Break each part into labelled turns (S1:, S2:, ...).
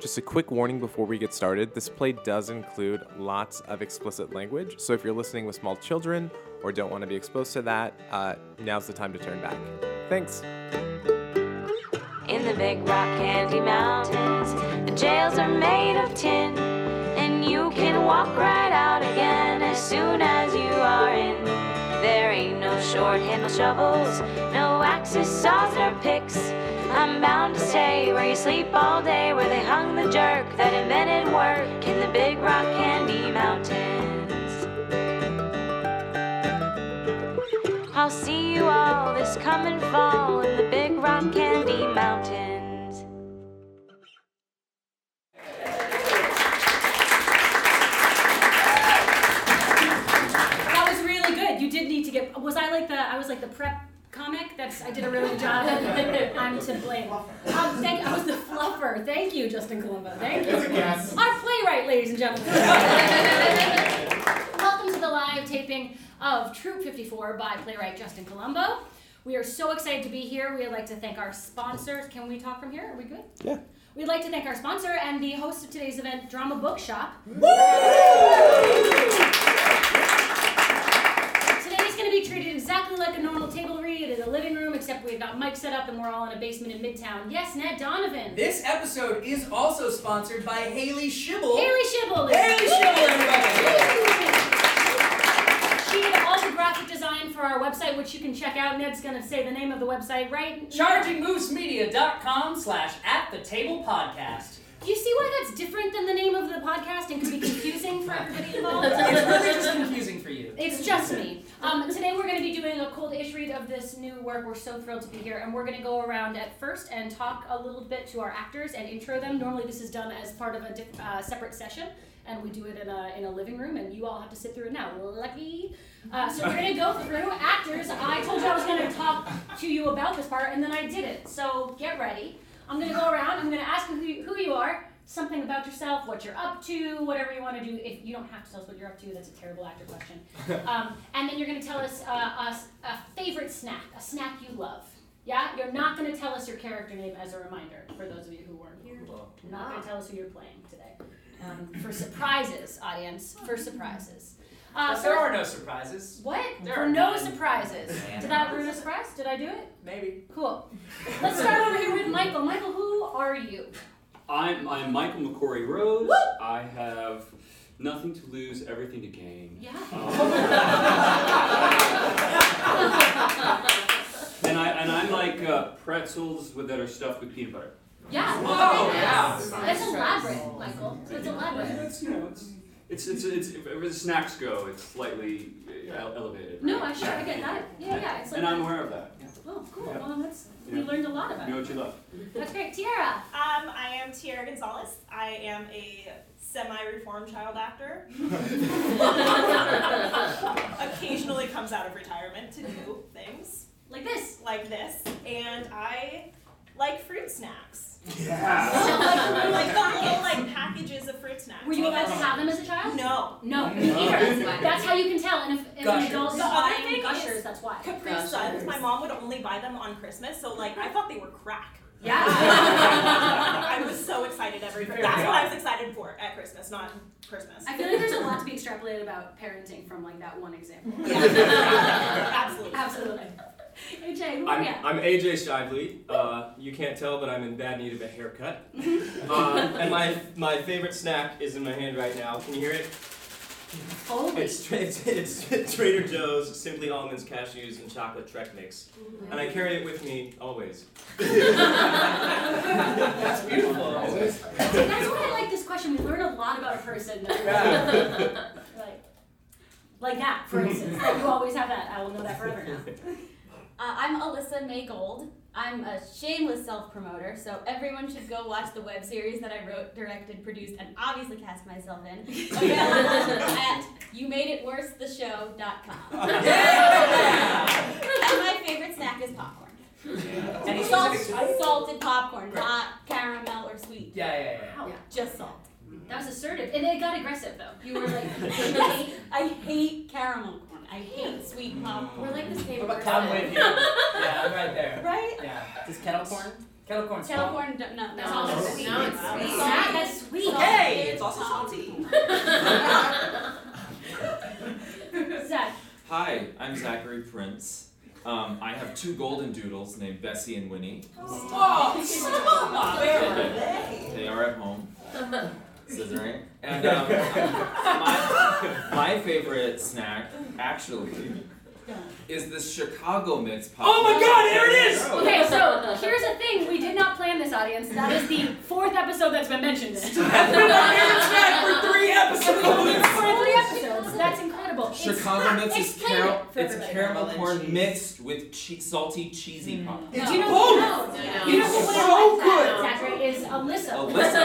S1: Just a quick warning before we get started this play does include lots of explicit language, so if you're listening with small children or don't want to be exposed to that, uh, now's the time to turn back. Thanks.
S2: In the big rock candy mountains, the jails are made of tin, and you can walk right out again as soon as you are in. There ain't no short handle shovels, no axes, saws, nor picks. I'm bound to stay where you sleep all day, where they hung the jerk that invented work in the big rock candy mountains. I'll see you all this coming fall in the Big Rock Candy Mountains.
S3: That was really good. You did need to get. Was I like the? I was like the prep comic. That's. I did a really good job. I'm to blame. Um, thank. I was the fluffer. Thank you, Justin Colombo. Thank you. Our playwright, ladies and gentlemen. Welcome to the live taping of Troop 54 by playwright Justin Colombo. We are so excited to be here. We'd like to thank our sponsors. Can we talk from here? Are we good?
S1: Yeah.
S3: We'd like to thank our sponsor and the host of today's event, Drama Bookshop. Today is going to be treated exactly like a normal table read in the living room, except we've got mics set up and we're all in a basement in Midtown. Yes, Ned Donovan.
S4: This episode is also sponsored by Haley Shibble.
S3: Haley Shibble.
S4: Haley Shibble, everybody!
S3: She did all the graphic design for our website, which you can check out. Ned's going to say the name of the website, right?
S4: ChargingMooseMedia.com slash at the table podcast.
S3: Do you see why that's different than the name of the podcast and could be confusing for everybody involved?
S4: It's really just confusing for you.
S3: It's just me. Um, today we're going to be doing a cold ish read of this new work. We're so thrilled to be here, and we're going to go around at first and talk a little bit to our actors and intro them. Normally, this is done as part of a diff- uh, separate session, and we do it in a in a living room, and you all have to sit through it now. Lucky. Uh, so we're going to go through actors. I told you I was going to talk to you about this part, and then I did it. So get ready. I'm going to go around. I'm going to ask you who you, who you are. Something about yourself, what you're up to, whatever you want to do. If you don't have to tell us what you're up to, that's a terrible actor question. Um, and then you're going to tell us, uh, us a favorite snack, a snack you love. Yeah, you're not going to tell us your character name as a reminder for those of you who weren't here. You're not going to tell us who you're playing today. Um, for surprises, audience, for surprises. Uh,
S4: But
S3: so
S4: there are no surprises.
S3: what?
S4: There
S3: for
S4: are
S3: no
S4: none.
S3: surprises. Did I ruin a surprise? Did I do it?
S4: Maybe.
S3: Cool. Let's start over here with Michael. Michael, who are you?
S5: I'm, I'm Michael McCory Rose. I have nothing to lose, everything to gain. Um,
S3: Yeah.
S5: And I and I'm like uh, pretzels with that are stuffed with peanut butter.
S3: Yeah.
S4: Wow.
S3: That's
S4: Oh,
S3: elaborate, Michael. That's elaborate.
S5: It's, you know, it's, it's, it's, it's, if- if the snacks go, it's slightly uh, ele- elevated.
S3: No,
S5: right?
S3: I sure I get that. Yeah, yeah. It's like
S5: And I'm aware of that.
S3: oh, cool. Well, that's we learned a lot about.
S5: You know
S3: it.
S5: what you love.
S3: That's great, Tiara.
S6: Um, I am Tiara Gonzalez. I am a semi-reformed child actor. Occasionally comes out of retirement to do things
S3: Like this.
S6: like this, and I like fruit snacks.
S5: Yeah.
S6: like the little like packages of fruit snacks.
S3: Were you
S6: Like,
S3: allowed to have them as a child?
S6: No.
S3: No, me either. That's how you can tell. And if, if an adult
S6: Gushers.
S3: is
S6: The other
S3: buying
S6: thing
S3: gushers,
S6: is-
S3: that's why.
S6: Capri Suns. My mom would only buy them on Christmas, so like I thought they were crack.
S3: Yeah.
S6: I was so excited every. That's what I was excited for at Christmas, not Christmas.
S3: I feel like there's a lot to be extrapolated about parenting from like that one example.
S6: Absolutely.
S3: Absolutely. AJ, who are you?
S7: I'm, I'm AJ Shively. Uh, you can't tell, but I'm in bad need of a haircut. um, and my my favorite snack is in my hand right now. Can you hear it?
S3: Holy.
S7: It's tra- it's, it's Trader Joe's Simply Almonds, Cashews, and Chocolate Trek Mix. And I carry it with me always.
S4: That's beautiful.
S3: That's why I like this question. We learn a lot about a person. like, like that, for instance. Like, you always have that. I will know that forever now.
S8: Uh, I'm Alyssa May Gold. I'm a shameless self promoter, so everyone should go watch the web series that I wrote, directed, produced, and obviously cast myself in. Available at youmadeitworsetheshow.com. and my favorite snack is popcorn.
S4: Any
S8: Salt,
S4: specific type?
S8: salted popcorn, not caramel or sweet.
S4: Yeah, yeah, yeah.
S3: Wow.
S8: Just salt.
S3: That was assertive. And it got aggressive, though. You were like,
S8: I hate caramel corn.
S9: I hate sweet popcorn.
S3: We're like the same
S4: What about
S3: person.
S4: Tom with you? yeah, I'm right there.
S6: Right?
S4: Yeah. Does kettle corn? Kettle corn's
S9: Kettle
S4: fine.
S9: corn, don't- no, no.
S3: No,
S4: it's
S9: sweet.
S4: sweet.
S10: No, it's
S9: Wow.
S10: sweet.
S3: Not as sweet.
S4: Hey!
S10: It's also salty.
S3: Zach,
S11: Hi, I'm Zachary Prince. Um, I have two golden doodles named Bessie and Winnie.
S4: Oh, stop!
S10: Where are they?
S11: They are at home. Scissoring. And um, my, my favorite snack, actually, is this Chicago mix pop.
S4: Oh my God, there it is!
S3: Okay, so here's the thing. We did not plan this audience. That is the fourth episode that's been mentioned. in it. For
S4: I've been on Aaron's snack for three episodes!
S3: three episodes. That's incredible.
S11: Chicago mix is
S3: Explain
S11: caramel.
S3: it for
S11: It's
S3: everybody.
S11: caramel
S10: Caramel and
S11: corn
S10: cheese.
S11: mixed with che- salty cheesy pop.
S3: Mm. Do
S9: No.
S3: you know
S4: Oh,
S3: no.
S10: no.
S3: You know what I
S4: So
S3: like Zachary is Alyssa.
S11: Alyssa.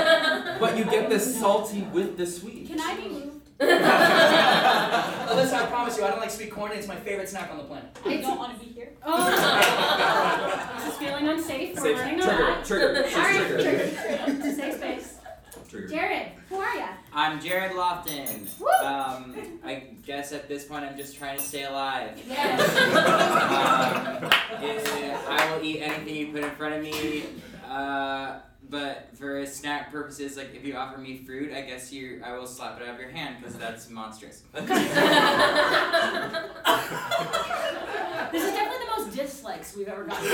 S11: But you get the salty with the sweet.
S9: Can I be moved?
S4: Alyssa, I promise you, I don't like sweet corn, and it's my favorite snack on the planet.
S9: I don't want to be here.
S3: Oh. This is feeling unsafe. We're
S11: Safe.
S3: running a
S11: Trigger,
S3: lot.
S11: trigger, she's
S3: All right,
S11: triggered.
S3: trigger. It's a safe space.
S11: Triggered.
S3: Jared, who are ya?
S12: I'm Jared Lofton.
S3: Woo!
S12: Um, I guess at this point I'm just trying to stay alive.
S3: Yes.
S12: um, yeah, I will eat anything you put in front of me. Uh, but for snack purposes, like if you offer me fruit, I guess you I will slap it out of your hand because that's monstrous.
S3: This is definitely the most dislikes we've ever gotten.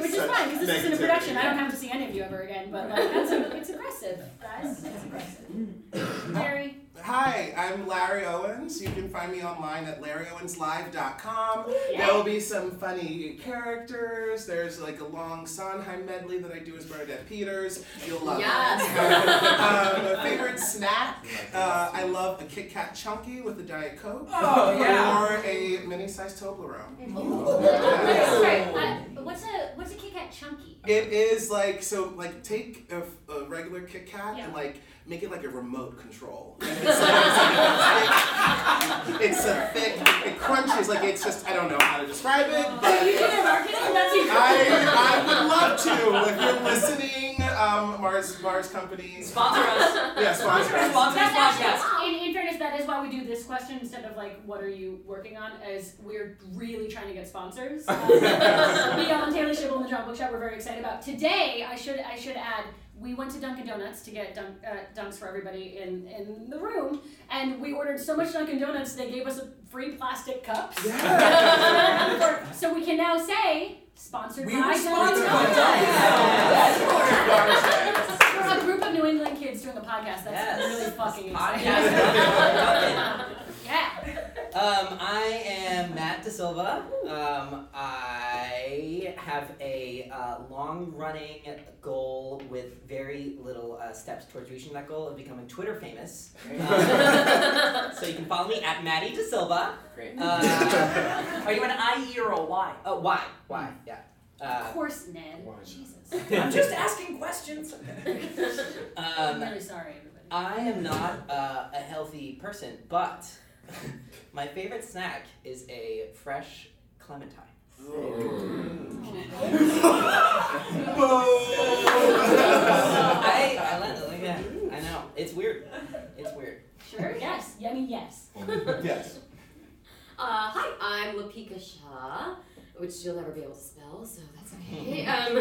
S3: Which is fine because this is in a production. I don't have to see any of you ever again. But like, that's it's aggressive, guys. It's aggressive. Jerry.
S10: Hi, I'm Larry Owens. You can find me online at
S11: Um,
S10: larryowenslive.com. There will be some funny characters. There's like a long Sondheim medley that I do as Bernadette Peters. You'll love that. um, my favorite snack. Uh, I love a Kit Kat Chunky with a Diet Coke.
S4: Oh, yeah.
S10: Or a mini-sized Toblerone.
S3: Sorry, uh, what's a what's a Kit Kat chunky?
S10: It is like so like take a, a regular Kit Kat
S3: Yeah.
S10: and like make it like a remote control. And It's, like, it's a thick, it crunches like it's just I don't know how to describe it,
S3: You
S10: but
S3: did it, marketing. That's you.
S10: I I would love to if you're listening. Um, Mars Mars Company.
S4: Sponsor us.
S10: Yeah, sponsor us.
S4: Sponsor this
S3: That's
S4: podcast.
S3: actually, in, in fairness, that is why we do this question instead of like, what are you working on? As we're really trying to get sponsors. Uh, beyond Taylor Shibble and the John Bookshop, we're very excited about. Today, I should I should add, we went to Dunkin' Donuts to get dunk, uh, dunks for everybody in in the room, and we ordered so much Dunkin' Donuts they gave us a free plastic cups.
S10: Yeah.
S3: so we can now say. Sponsored
S4: We
S3: by
S4: were
S3: Dunkin'
S4: sponsored by
S3: Donuts.
S4: Dunkin' Donuts.
S3: We're a group of New England kids doing the podcast. That's
S12: Yes.
S3: really fucking exciting.
S12: Podcast.
S3: yeah.
S12: Um, I am Matt De Silva. Um, I have a uh, long-running goal with very little uh, steps towards reaching that goal of becoming Twitter famous. Um, so you can follow me at Maddie De Silva.
S4: Great.
S12: Uh,
S4: Are you an IE or a Y?
S12: oh, why? Why? Yeah.
S3: Of
S12: Uh,
S3: course, Ned.
S10: Why not?
S3: Jesus.
S4: I'm just asking questions.
S3: I'm
S12: um,
S3: really sorry, everybody.
S12: I am not uh, a healthy person, but my favorite snack is a fresh clementine. I, I love it like that. I know. It's weird. It's weird.
S3: Sure. Yes. Yummy. Yes.
S10: Yes.
S13: Uh, hi, I'm Lapika Shah, which you'll never be able to spell, so that's okay.
S3: uh,
S13: Um,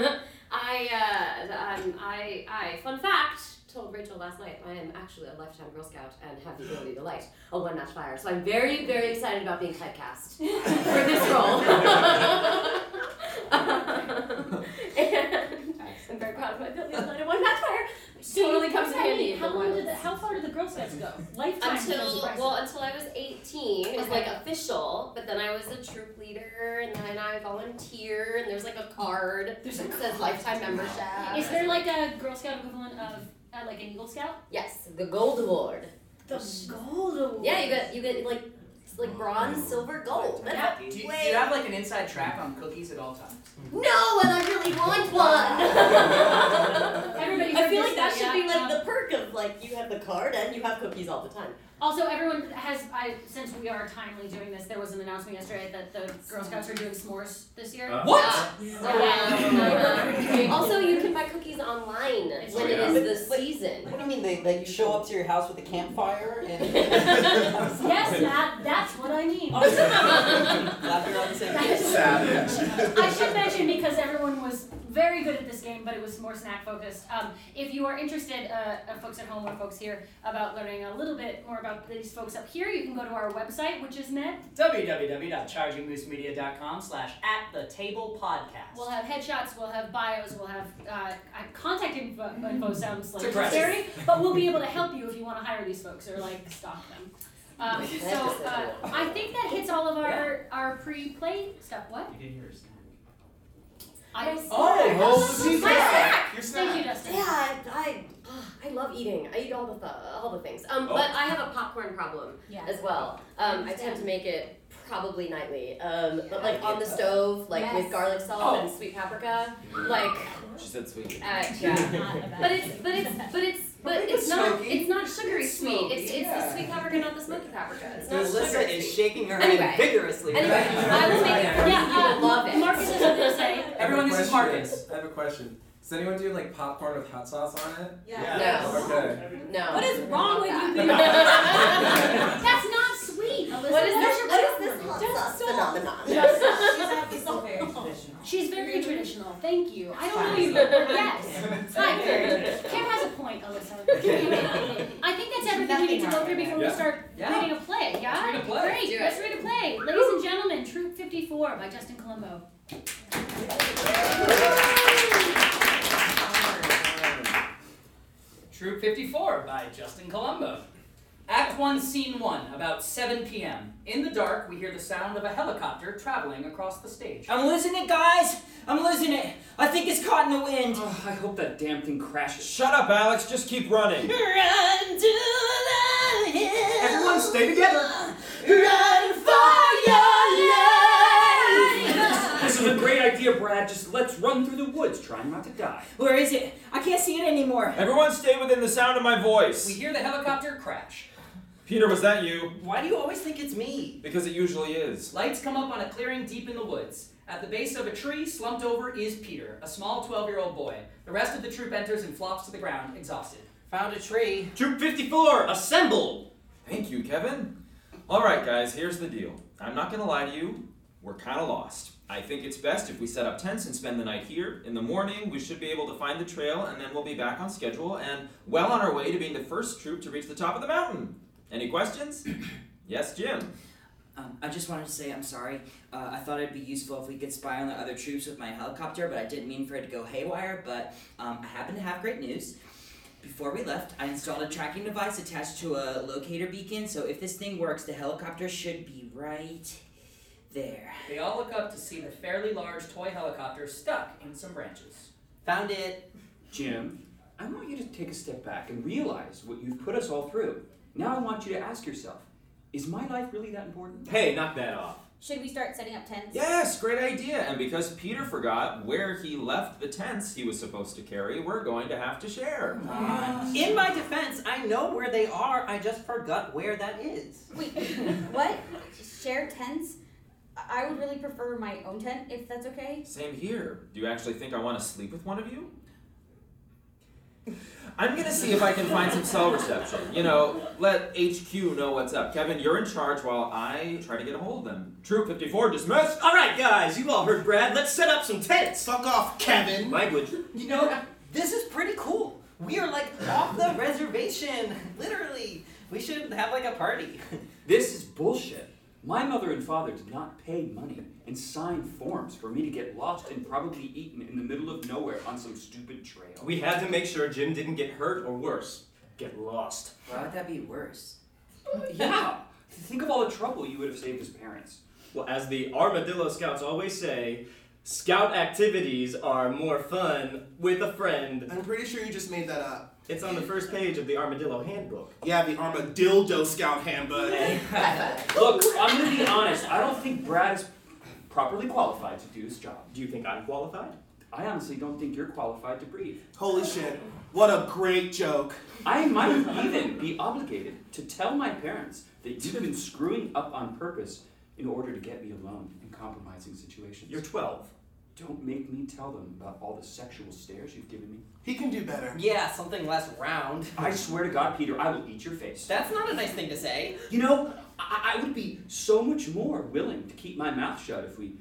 S13: I, uh, um, I, I, fun fact, told Rachel last night, I am actually a lifetime Girl Scout and have the ability to light a one-match fire, so I'm very, very excited about being typecast for this role. and I'm very proud of my ability to light a one-match fire, which totally comes in handy. in the
S3: How long did the,
S13: wilds.
S3: how far did the Girl Scouts go? Lifetime. was
S13: until
S3: impressive.
S13: well until I was 18 it was like
S3: Okay.
S13: official but then I was a troop leader and then I volunteer and there's like a card
S3: There's a
S13: that says lifetime membership
S3: Is there like a Girl Scout equivalent of uh, like an Eagle Scout?
S13: yes the gold award
S3: The gold award.
S13: yeah you get you get like it's like bronze silver gold
S3: Mm.
S13: That's
S3: Yeah.
S4: Do you, do you
S13: way-
S4: have like an inside track on cookies at all times?
S13: no and I really want one
S3: Everybody.
S13: I
S3: heard
S13: feel
S3: this
S13: like that
S3: thing,
S13: should
S3: yeah,
S13: be like
S3: um,
S13: the perk of like you have the card and you have cookies all the time
S3: Also, everyone has. I since we are timely doing this, there was an announcement yesterday that the Girl Scouts are doing s'mores
S13: Uh,
S3: this year.
S4: What?
S13: Yeah.
S3: So that-
S13: also, you can buy cookies online
S3: It's
S13: when When
S14: yeah.
S13: is the season?
S14: What do you mean? They, they show up to your house with a campfire and.
S3: Yes, Matt, that's what I mean. I should mention because everyone was very good at this game, but it was more snack focused. Um, if you are interested, uh, uh, folks at home or folks here, about learning a little bit more about these folks up here, you can go to our website, which is net.
S4: www.chargingmoosemedia.com slash at the table podcast.
S3: We'll have headshots, we'll have bios, we'll have uh, contact info,
S13: Mm-hmm.
S3: info sounds like
S4: It's aggressive.
S3: scary, but we'll be able to help you if you want to hire these folks or like stalk them. Um, so uh, I think that hits all of our, our pre play stuff. What?
S4: You didn't hear a snack.
S3: I
S13: Oh, well, see,
S3: My
S13: yeah.
S3: snack!
S13: Your
S3: Thank you, Dustin.
S13: Yeah, I, I, ah, I love eating. I eat all the th- all the things. Um, but I have a popcorn problem
S8: Yeah.
S13: as well. Um, I tend to make it probably nightly. Um, but like on the stove, like
S8: Yes.
S13: with garlic salt
S8: Oh.
S13: and sweet paprika, like.
S15: She said sweet.
S13: Uh, yeah, but it's but it's but it's but
S8: Paprika's
S13: it's not
S8: smoky.
S13: it's not sugary
S8: It's
S13: sweet.
S8: smoky,
S13: It's it's
S8: yeah.
S13: the sweet paprika, not the smoky paprika. It's not
S14: Melissa
S13: sugary
S14: is
S13: sweet.
S14: shaking her
S13: Anyway.
S14: head vigorously.
S13: Anyway, I will make it uh, for you. You will love it.
S3: Marcus is going to say.
S13: Everyone, this is
S4: Marcus.
S11: I have a question. Does anyone do like popcorn with hot sauce on it?
S3: Yeah.
S13: Yeah. No.
S11: Okay.
S13: No.
S3: What is wrong with you people?
S13: That.
S3: That's not sweet. Alyssa.
S13: What is
S3: Where's
S13: this-
S3: your
S13: what is
S3: popcorn?
S13: this hot sauce phenomenon?
S3: Just
S13: She's
S3: stop.
S8: She's all very traditional.
S3: She's very traditional. Thank you. I don't know
S8: Fine.
S3: you. Yes. Hi, Kim. Kim has a point, Alyssa. I think that's everything we need to go through before we
S8: Yeah.
S3: start
S8: Yeah.
S3: reading a play. Yeah.
S8: Let's read a play.
S3: Great.
S8: Do it.
S3: Let's read a play, ladies and gentlemen. Troop 54 by Justin Colombo.
S4: Troop 54 by Justin Colombo. Act 1, Scene 1, about 7 p.m. In the dark, we hear the sound of a helicopter traveling across the stage.
S16: I'm losing it, guys. I'm losing it. I think it's caught in the wind.
S5: Oh, I hope that damn thing crashes.
S11: Shut up, Alex. Just keep running.
S16: Run to the hill.
S11: Everyone stay together.
S16: Run for your
S5: This is a great idea, Brad. Just let's run through the woods, trying not to die.
S16: Where is it? I can't see it anymore.
S11: Everyone stay within the sound of my voice.
S4: We hear the helicopter crash.
S11: Peter, was that you?
S4: Why do you always think it's me?
S11: Because it usually is.
S4: Lights come up on a clearing deep in the woods. At the base of a tree, slumped over, is Peter, a small 12 year old boy. The rest of the troop enters and flops to the ground, exhausted.
S16: Found a tree.
S11: Troop 54, assemble! Thank you, Kevin. All right, guys, here's the deal. I'm not gonna lie to you, we're kinda lost. I think it's best if we set up tents and spend the night here. In the morning, we should be able to find the trail, and then we'll be back on schedule and well on our way to being the first troop to reach the top of the mountain. Any questions? yes, Jim.
S16: Um, I just wanted to say I'm sorry. Uh, I thought it'd be useful if we could spy on the other troops with my helicopter, but I didn't mean for it to go haywire. But um, I happen to have great news. Before we left, I installed a tracking device attached to a locator beacon, so if this thing works, the helicopter should be right there.
S4: They all look up to see the fairly large toy helicopter stuck in some branches.
S16: Found it.
S5: Jim, I want you to take a step back and realize what you've put us all through. Now I want you to ask yourself is my life really that important?
S11: Hey, knock that off.
S8: Should we start setting up tents?
S11: Yes, great idea. And because Peter forgot where he left the tents he was supposed to carry, we're going to have to share.
S14: In my defense, I know where they are. I just forgot where that is.
S8: Wait, what? Share tents? I I would really prefer my own tent if that's okay.
S11: Same here. Do you actually think I want to sleep with one of you? I'm gonna see if I can find some cell reception. You know, let HQ know what's up. Kevin, you're in charge while I try to get a hold of them. Troop 54, dismissed!
S16: Alright, guys, you all heard Brad. Let's set up some tents!
S14: Fuck off, Kevin!
S16: Language.
S14: You know, this is pretty cool. We are like off the reservation, literally. We should have like a party.
S5: This is bullshit. My mother and father did not pay money and sign forms for me to get lost and probably eaten in the middle of nowhere on some stupid trail.
S7: We had to make sure Jim didn't get hurt or worse, get lost.
S16: Why would that be worse?
S5: Oh, Yeah! Think of all the trouble you would have saved his parents.
S17: Well, as the Armadillo Scouts always say, scout activities are more fun with a friend.
S10: I'm pretty sure you just made that up.
S17: It's on the first page of the Armadillo Handbook.
S10: Yeah, the Armadillo Scout Handbook.
S5: Look, I'm gonna be honest. I don't think Brad is properly qualified to do his job. Do you think I'm qualified? I honestly don't think you're qualified to breathe.
S10: Holy shit. What a great joke.
S5: I might even be obligated to tell my parents that you've been screwing up on purpose in order to get me alone in compromising situations. You're 12. Don't make me tell them about all the sexual stares you've given me.
S10: He can do better.
S14: Yeah, something less round.
S5: I swear to God, Peter, I will eat your face.
S14: That's not a nice thing to say.
S5: You know, I, I would be so much more willing to keep my mouth shut if we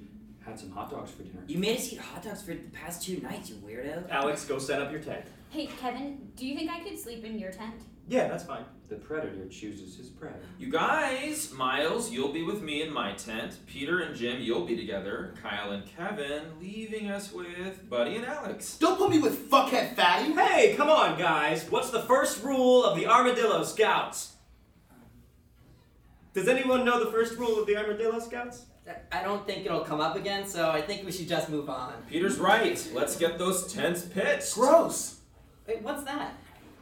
S5: had some hot dogs for dinner.
S16: You made us eat hot dogs for the past two nights, you weirdo.
S17: Alex, go set up your tent.
S8: Hey, Kevin, do you think I could sleep in your tent?
S17: Yeah, that's fine.
S5: The predator chooses his prey.
S11: You guys, Miles, you'll be with me in my tent. Peter and Jim, you'll be together. Kyle and Kevin, leaving us with Buddy and Alex.
S10: Don't put me with fuckhead fatty.
S17: Hey, come on, guys. What's the first rule of the Armadillo Scouts? Does anyone know the first rule of the Armadillo Scouts?
S14: I don't think it'll come up again, so I think we should just move on.
S11: Peter's right. Let's get those tents pitched.
S10: Gross.
S14: Wait, what's that?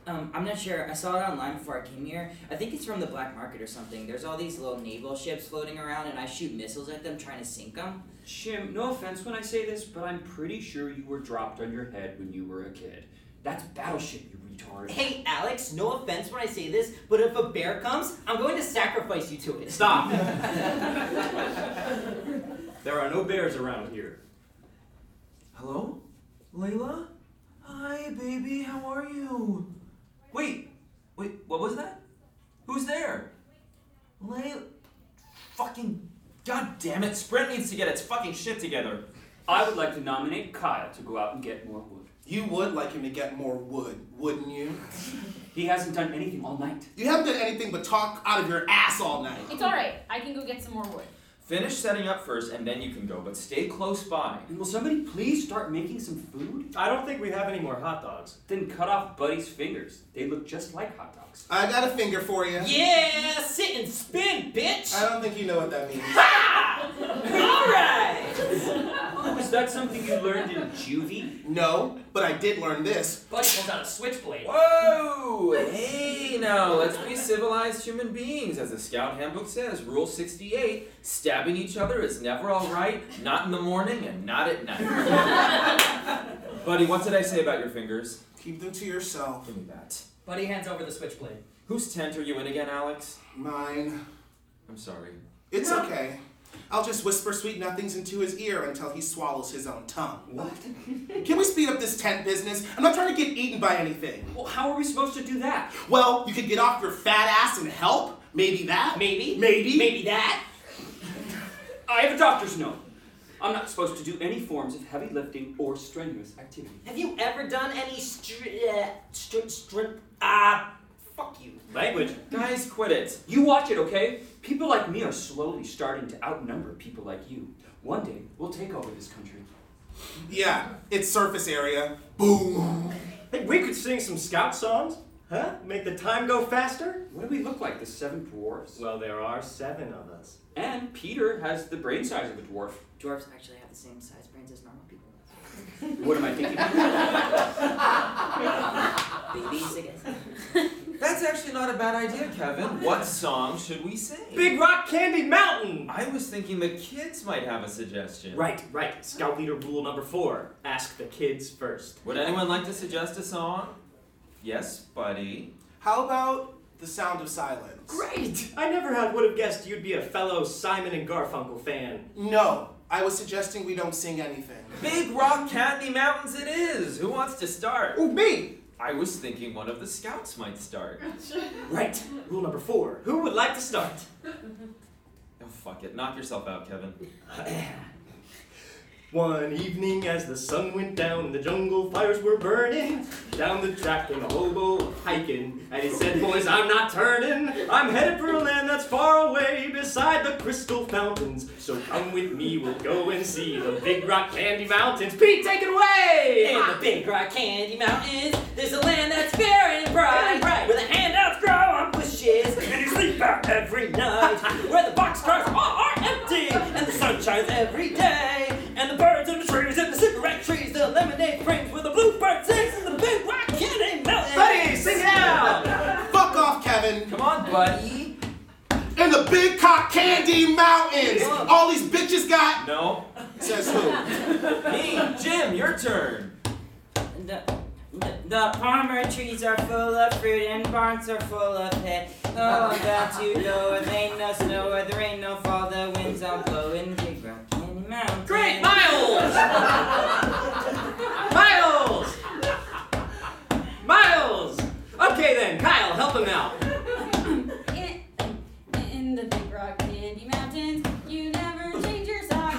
S16: Um, I'm not sure. I saw it online before I came here. I think it's from the black market or something. There's all these little naval ships floating around, and I shoot missiles at them trying to sink them.
S5: Jim, no offense when I say this, but I'm pretty sure you were dropped on your head when you were a kid. That's battleship, you retard.
S14: Hey, Alex, no offense when I say this, but if a bear comes, I'm going to sacrifice you to it.
S17: Stop. There are no bears around here.
S11: Hello? Layla? Hi, baby, how are you? Wait, wait, what was that? Who's there? Lay. Fucking. God damn it, Sprint needs to get its fucking shit together.
S5: I would like to nominate Kyle to go out and get more wood.
S10: You would like him to get more wood, wouldn't you?
S5: he hasn't done anything all night.
S10: You haven't done anything but talk out of your ass all night.
S3: It's all right. I can go get some more wood.
S11: Finish setting up first and then you can go, but stay close by.
S5: And will somebody please start making some food?
S17: I don't think we have any more hot dogs.
S5: Then cut off Buddy's fingers. They look just like hot dogs.
S10: I got a finger for you.
S14: Yeah, sit and spin, bitch!
S10: I don't think you know what that means.
S5: Oh, is that something you learned in juvie?
S10: No, but I did learn this.
S4: Buddy pulls out a switchblade.
S11: Whoa! Hey, now let's be civilized human beings. As the Scout Handbook says, Rule 68 stabbing each other is never alright, not in the morning and not at night. Buddy, what did I say about your fingers?
S10: Keep them to yourself.
S11: Give me that.
S4: Buddy hands over the switchblade.
S11: Whose tent are you in again, Alex?
S10: Mine.
S11: I'm sorry.
S10: It's okay. I'll just whisper sweet nothings into his ear until he swallows his own tongue.
S5: What?
S10: Can we speed up this tent business? I'm not trying to get eaten by anything.
S5: Well, how are we supposed to do that?
S10: Well, you could get off your fat ass and help. Maybe that.
S14: Maybe.
S10: Maybe.
S14: Maybe that.
S5: I have a doctor's note. I'm not supposed to do any forms of heavy lifting or strenuous activity.
S14: Have you ever done any stri- uh, strip, strip, ah, fuck you.
S5: Language.
S11: Guys, quit it.
S5: You watch it, okay? People like me are slowly starting to outnumber people like you. One day, we'll take over this country.
S10: Yeah, it's surface area. Boom.
S17: Hey, we could sing some scout songs, huh? Make the time go faster?
S5: What do we look like, the seven dwarfs?
S17: Well, there are seven of us.
S5: And Peter has the brain size of a dwarf.
S16: Dwarves actually have the same size brains as normal people.
S5: What am I thinking?
S16: Babies, I guess.
S11: That's actually not a bad idea, Kevin. What song should we sing?
S17: Big Rock Candy Mountain!
S11: I was thinking the kids might have a suggestion.
S17: Right, right. Scout leader rule number four ask the kids first.
S11: Would anyone like to suggest a song? Yes, buddy.
S10: How about the sound of silence?
S17: Great! I never had would have guessed you'd be a fellow Simon and Garfunkel fan.
S10: No, I was suggesting we don't sing anything.
S11: Big Rock Candy Mountains it is! Who wants to start?
S10: Ooh, me!
S11: I was thinking one of the scouts might start.
S17: Right, rule number four. Who would like to start?
S11: Oh, fuck it. Knock yourself out, Kevin.
S17: One evening, as the sun went down, the jungle fires were burning. Down the track came a hobo hiking, and he said, Boys, I'm not turning. I'm headed for a land that's far away beside the crystal fountains. So come with me, we'll go and see the Big Rock Candy Mountains. Pete, take it away!
S14: In the Big Rock Candy Mountains, there's a land that's fair and bright, where the handouts grow on bushes and you sleep out every night, where the boxcars all are empty and the sun shines every day, and the birds in the trees and the cigarette trees, the lemonade frames where the bluebird sings in the Big Rock Candy Mountains.
S17: Buddy, sing it out!
S10: Fuck off, Kevin.
S11: Come on, buddy.
S10: In the Big Cock Candy Mountains, all these bitches got.
S11: No.
S10: Says who?
S11: Me, Jim, your turn.
S16: The, the, the palmer trees are full of fruit and barns are full of hay.
S10: Uh.
S16: Oh, that you know, it ain't no snow, or there ain't no fall, the winds are blowing big rock candy mountain.
S18: Great, Miles! Miles! Miles! Okay then, Kyle, help him out.
S9: In, in the Big Rock Candy Mountains, you never change your socks.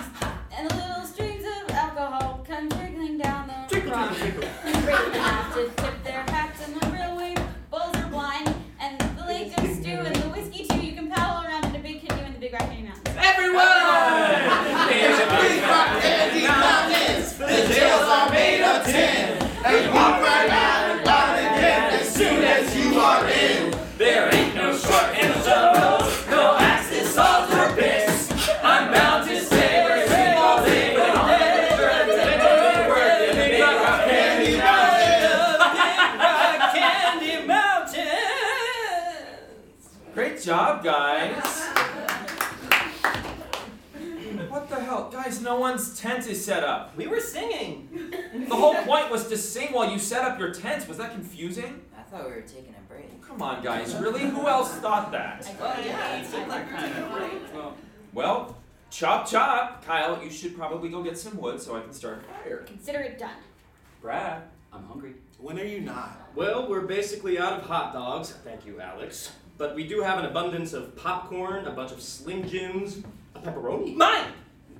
S9: And the little streams of alcohol come trickling down the rock. Great have to tip their hats and the railway bulls are blind. And the lake of stew and the whiskey too. You can paddle around in a big canoe in the Big Rock Candy Mountains.
S18: Everyone!
S1: It's a big rock candy mountains. The jails are made of tin. They walk right out and out again as soon as you are in.
S18: There ain't no short answers, no axes, all for piss. I'm bound to say we're all day, we're all day, we're all day, we're all day, we're all day, we're all
S11: Candy Mountain! Great job, guys. What the hell? Guys, no one's tent is set up. We were singing. The whole point was to sing while you set up your tents. Was that confusing?
S12: I thought we were taking a break.
S11: Come on, guys, really? Who else thought that? Well, chop chop. Kyle, you should probably go get some wood so I can start a fire.
S9: Consider it done.
S11: Brad.
S19: I'm hungry.
S10: When are you not?
S17: Well, we're basically out of hot dogs. Thank you, Alex. But we do have an abundance of popcorn, a bunch of Slim Jims, a pepperoni. Mine!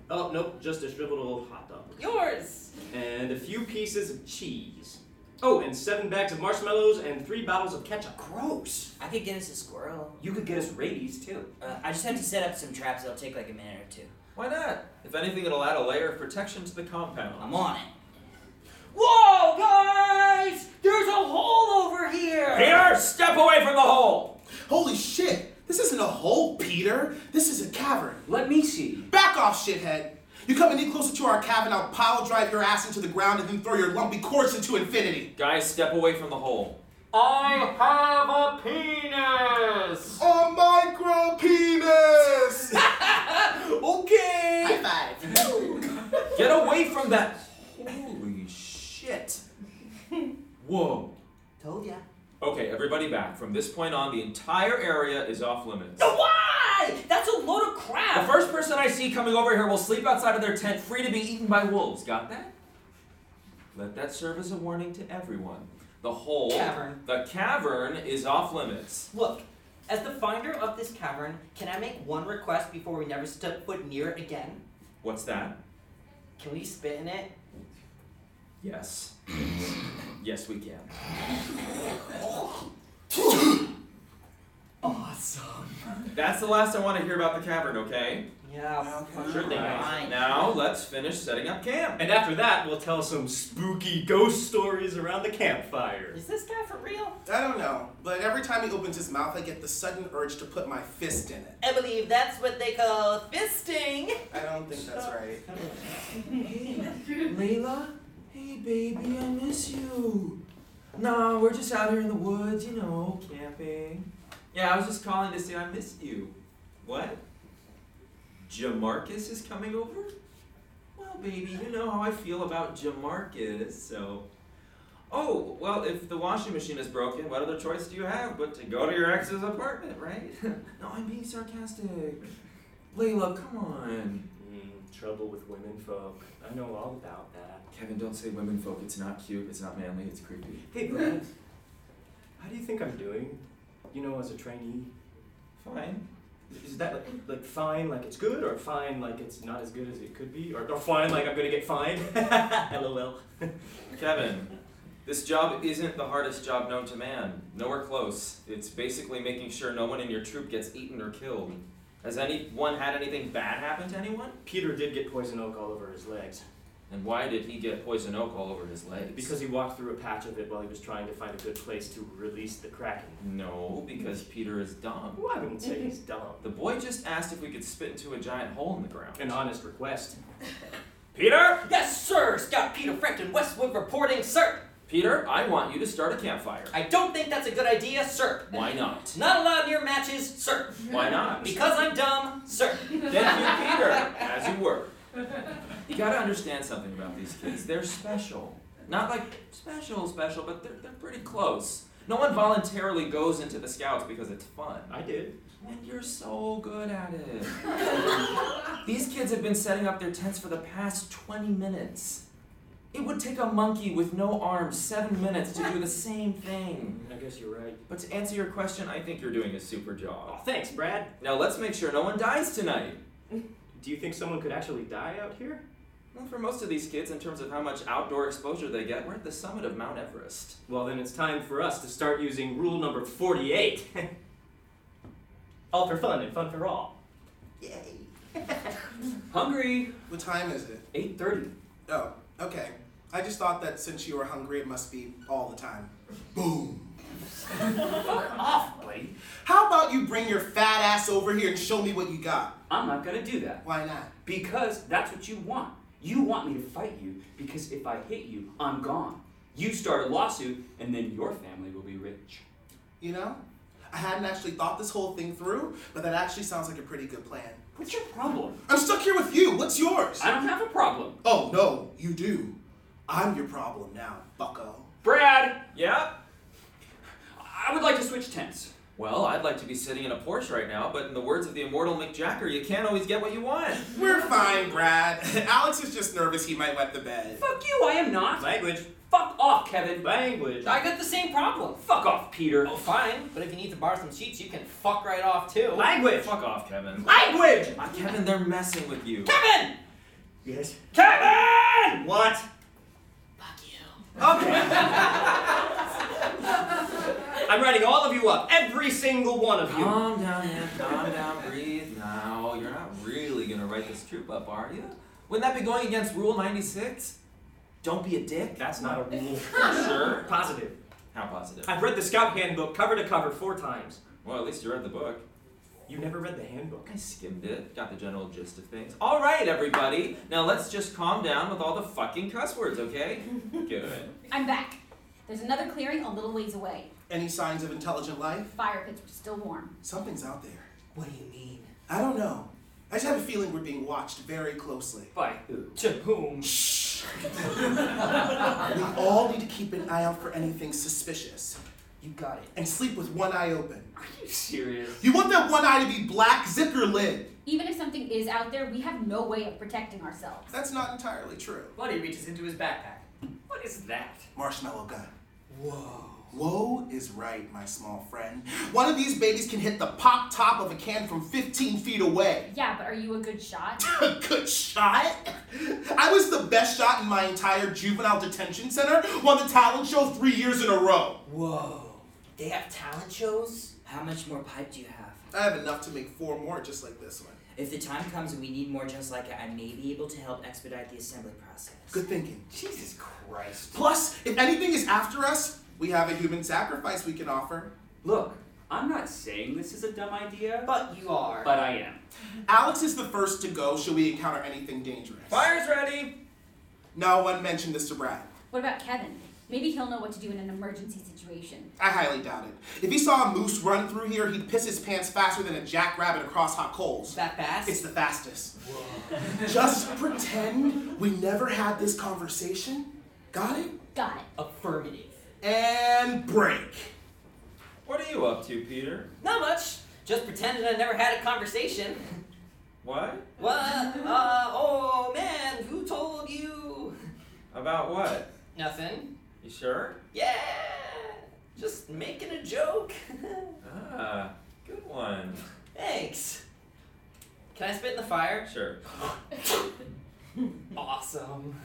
S17: Oh, nope, just a shriveled old hot dog.
S20: Yours!
S17: And a few pieces of cheese. Oh, and seven bags of marshmallows and three bottles of ketchup. Gross!
S16: I could get us a squirrel.
S17: You could get us rabies, too.
S16: Uh, I just have to set up some traps. It'll take like a minute or two.
S11: Why not? If anything, it'll add a layer of protection to the compound. I'm
S16: on it.
S20: Whoa, guys! There's a hole over here!
S11: Peter, step away from the hole!
S10: Holy shit! This isn't a hole, Peter. This is a cavern.
S19: Let me see.
S10: Back off, shithead. You come any closer to our cavern, I'll pile drive your ass into the ground and then throw your lumpy corpse into infinity.
S11: Guys, step away from the hole.
S10: I have a penis! A micro penis!
S11: okay!
S10: High
S11: five. Get away from that. Holy shit.
S17: Oh,
S11: Whoa.
S12: Told ya.
S11: Okay, everybody back. From this point on, the entire area is off limits.
S20: Why? That's a load of crap!
S11: The first person I see coming over here will sleep outside of their tent, free to be eaten by wolves. Got that? Let that serve as a warning to everyone. The whole
S12: Cavern.
S11: The cavern is off limits.
S12: Look, as the finder of this cavern, can I make one request before we never step foot near it again?
S11: What's that?
S12: Can we spit in it?
S11: Yes. yes, we can.
S12: Awesome.
S11: That's the last I want to hear about the cavern, okay?
S12: Yeah.
S17: Sure thing.
S11: Alright, Now let's finish setting up camp.
S17: And after that, we'll tell some spooky ghost stories around the campfire.
S12: Is this guy for real?
S10: I don't know, but every time he opens his mouth, I get the sudden urge to put my fist in it.
S12: I believe that's what they call fisting.
S10: I don't think that's right.
S12: Layla?
S21: Hey, baby, I miss you. Nah, we're just out here in the woods, you know, camping.
S11: Yeah, I was just calling to say I missed you. What? Jamarcus is coming over? Well, baby, you know how I feel about Jamarcus, so. Oh, well, if the washing machine is broken, what other choice do you have but to go to your ex's apartment, right? no, I'm being sarcastic. Layla, come on.
S17: Mm, trouble with women folk. I know all about that.
S11: Kevin, don't say women folk. It's not cute, it's not manly, it's creepy.
S17: Hey, Brad. How do you think I'm doing? You know, as a trainee?
S11: Fine.
S17: Is that like, like fine like it's good, or fine like it's not as good as it could be, or, or fine like I'm gonna get fined? LOL.
S11: Kevin, this job isn't the hardest job known to man. Nowhere close. It's basically making sure no one in your troop gets eaten or killed. Has anyone had anything bad happen to anyone?
S17: Peter did get poison oak all over his legs.
S11: And why did he get poison oak all over his legs?
S17: Because he walked through a patch of it while he was trying to find a good place to release the Kraken.
S11: No, because Peter is dumb.
S17: Well, I wouldn't say he's dumb.
S11: The boy just asked if we could spit into a giant hole in the ground.
S17: An honest request.
S11: Peter?
S20: Yes, sir! Scout Peter Frampton Westwood reporting, sir!
S11: Peter, I want you to start a campfire.
S20: I don't think that's a good idea, sir!
S11: Why not?
S20: Not allowed near matches, sir!
S11: Why not?
S20: Because I'm dumb, sir! Thank you,
S11: Thank you, Peter, as you were. You gotta understand something about these kids. They're special. Not like special, special, but they're, they're pretty close. No one voluntarily goes into the scouts because it's fun.
S17: I did.
S11: And you're so good at it. These kids have been setting up their tents for the past 20 minutes. It would take a monkey with no arms seven minutes to do the same thing.
S17: I guess you're right.
S11: But to answer your question, I think you're doing a super job.
S17: Thanks, Brad.
S11: Now let's make sure no one dies tonight.
S17: Do you think someone could actually die out here?
S11: Well, for most of these kids, in terms of how much outdoor exposure they get, we're at the summit of Mount Everest.
S17: Well, then it's time for us to start using rule number 48. all for fun and fun for all.
S10: Hungry. What time is it?
S17: Eight thirty.
S10: Oh, okay. I just thought that since you were hungry, it must be all the time.
S4: Fuck
S10: off, Blade. How about you bring your fat ass over here and show me what you got?
S5: I'm not gonna do that.
S10: Why not?
S5: Because that's what you want. You want me to fight you because if I hit you, I'm gone. You start a lawsuit, and then your family will be rich.
S10: You know, I hadn't actually thought this whole thing through, but that actually sounds like a pretty good plan.
S5: What's your problem?
S10: I'm stuck here with you. What's yours?
S5: I don't have a problem.
S10: Oh, no, you do. I'm your problem now, bucko.
S5: Brad!
S11: Yeah?
S5: I would like to switch tents.
S11: Well, I'd like to be sitting in a Porsche right now, but in the words of the immortal Mick Jagger, you can't always get what you want.
S10: We're fine, Brad. Alex is just nervous he might wet the bed.
S5: Fuck you, I am not.
S17: Language.
S5: Fuck off, Kevin.
S17: Language.
S12: I got the same problem.
S5: Fuck off, Peter.
S12: Oh, fine. But if you need to borrow some sheets, you can fuck right off too.
S5: Language.
S11: Fuck off, Kevin.
S5: Language!
S11: Uh, Kevin, they're messing with you.
S12: Kevin!
S17: Yes.
S5: Kevin!
S17: What? I'm writing all of you up. Every single one of you.
S11: Calm down, man. Calm down. Breathe now. You're not really gonna write this troop up, are you? Wouldn't that be going against Rule 96? Don't be a dick.
S17: That's not a rule.
S11: Sure.
S17: Positive.
S11: How positive?
S17: I've read the Scout Handbook cover to cover four times.
S11: Well, at least you read the book.
S17: You never read the handbook.
S11: I skimmed it. Got the general gist of things. All right, everybody. Now let's just calm down with all the fucking cuss words, okay? Good.
S3: I'm back. There's another clearing a little ways away.
S10: Any signs of intelligent life?
S3: Fire pits are still warm.
S10: Something's out there.
S12: What do you mean?
S10: I don't know. I just have a feeling we're being watched very closely.
S5: By who?
S12: To whom?
S10: Shh. we all need to keep an eye out for anything suspicious.
S12: You got it.
S10: And sleep with one eye open.
S5: Are you serious?
S10: You want that one eye to be black, zipper lid.
S3: Even if something is out there, we have no way of protecting ourselves.
S10: That's not entirely true.
S12: Buddy reaches into his backpack.
S5: What is that?
S10: Marshmallow gun. Whoa. Whoa is right, my small friend. One of these babies can hit the pop top of a can from 15 feet away.
S3: Yeah, but are you a good shot?
S10: Good shot? I was the best shot in my entire juvenile detention center, won the talent show three years in a row.
S16: Whoa.
S12: They have talent shows?
S16: How much more pipe do you have?
S10: I have enough to make four more just like this one.
S16: If the time comes and we need more just like it, I may be able to help expedite the assembly process.
S10: Good thinking.
S5: Jesus Christ.
S10: Plus, if anything is after us, we have a human sacrifice we can offer.
S5: Look, I'm not saying this is a dumb idea,
S12: But you are.
S5: but I am.
S10: Alex is the first to go, should we encounter anything dangerous.
S11: Fire's ready.
S10: No one mentioned this to Brad.
S3: What about Kevin? Maybe he'll know what to do in an emergency situation.
S10: I highly doubt it. If he saw a moose run through here, he'd piss his pants faster than a jackrabbit across hot coals.
S12: that fast?
S10: It's the fastest. Just pretend we never had this conversation. Got it?
S3: Got it.
S12: Affirmative. Um,
S10: And break.
S11: What are you up to, Peter?
S12: Not much. Just pretending I never had a conversation.
S11: What?
S12: What? Uh, oh man, who told you?
S11: About what?
S12: Nothing.
S11: You sure?
S12: Yeah! Just making a joke.
S11: Ah, good one.
S12: Thanks. Can I spit in the fire?
S11: Sure.
S12: Awesome.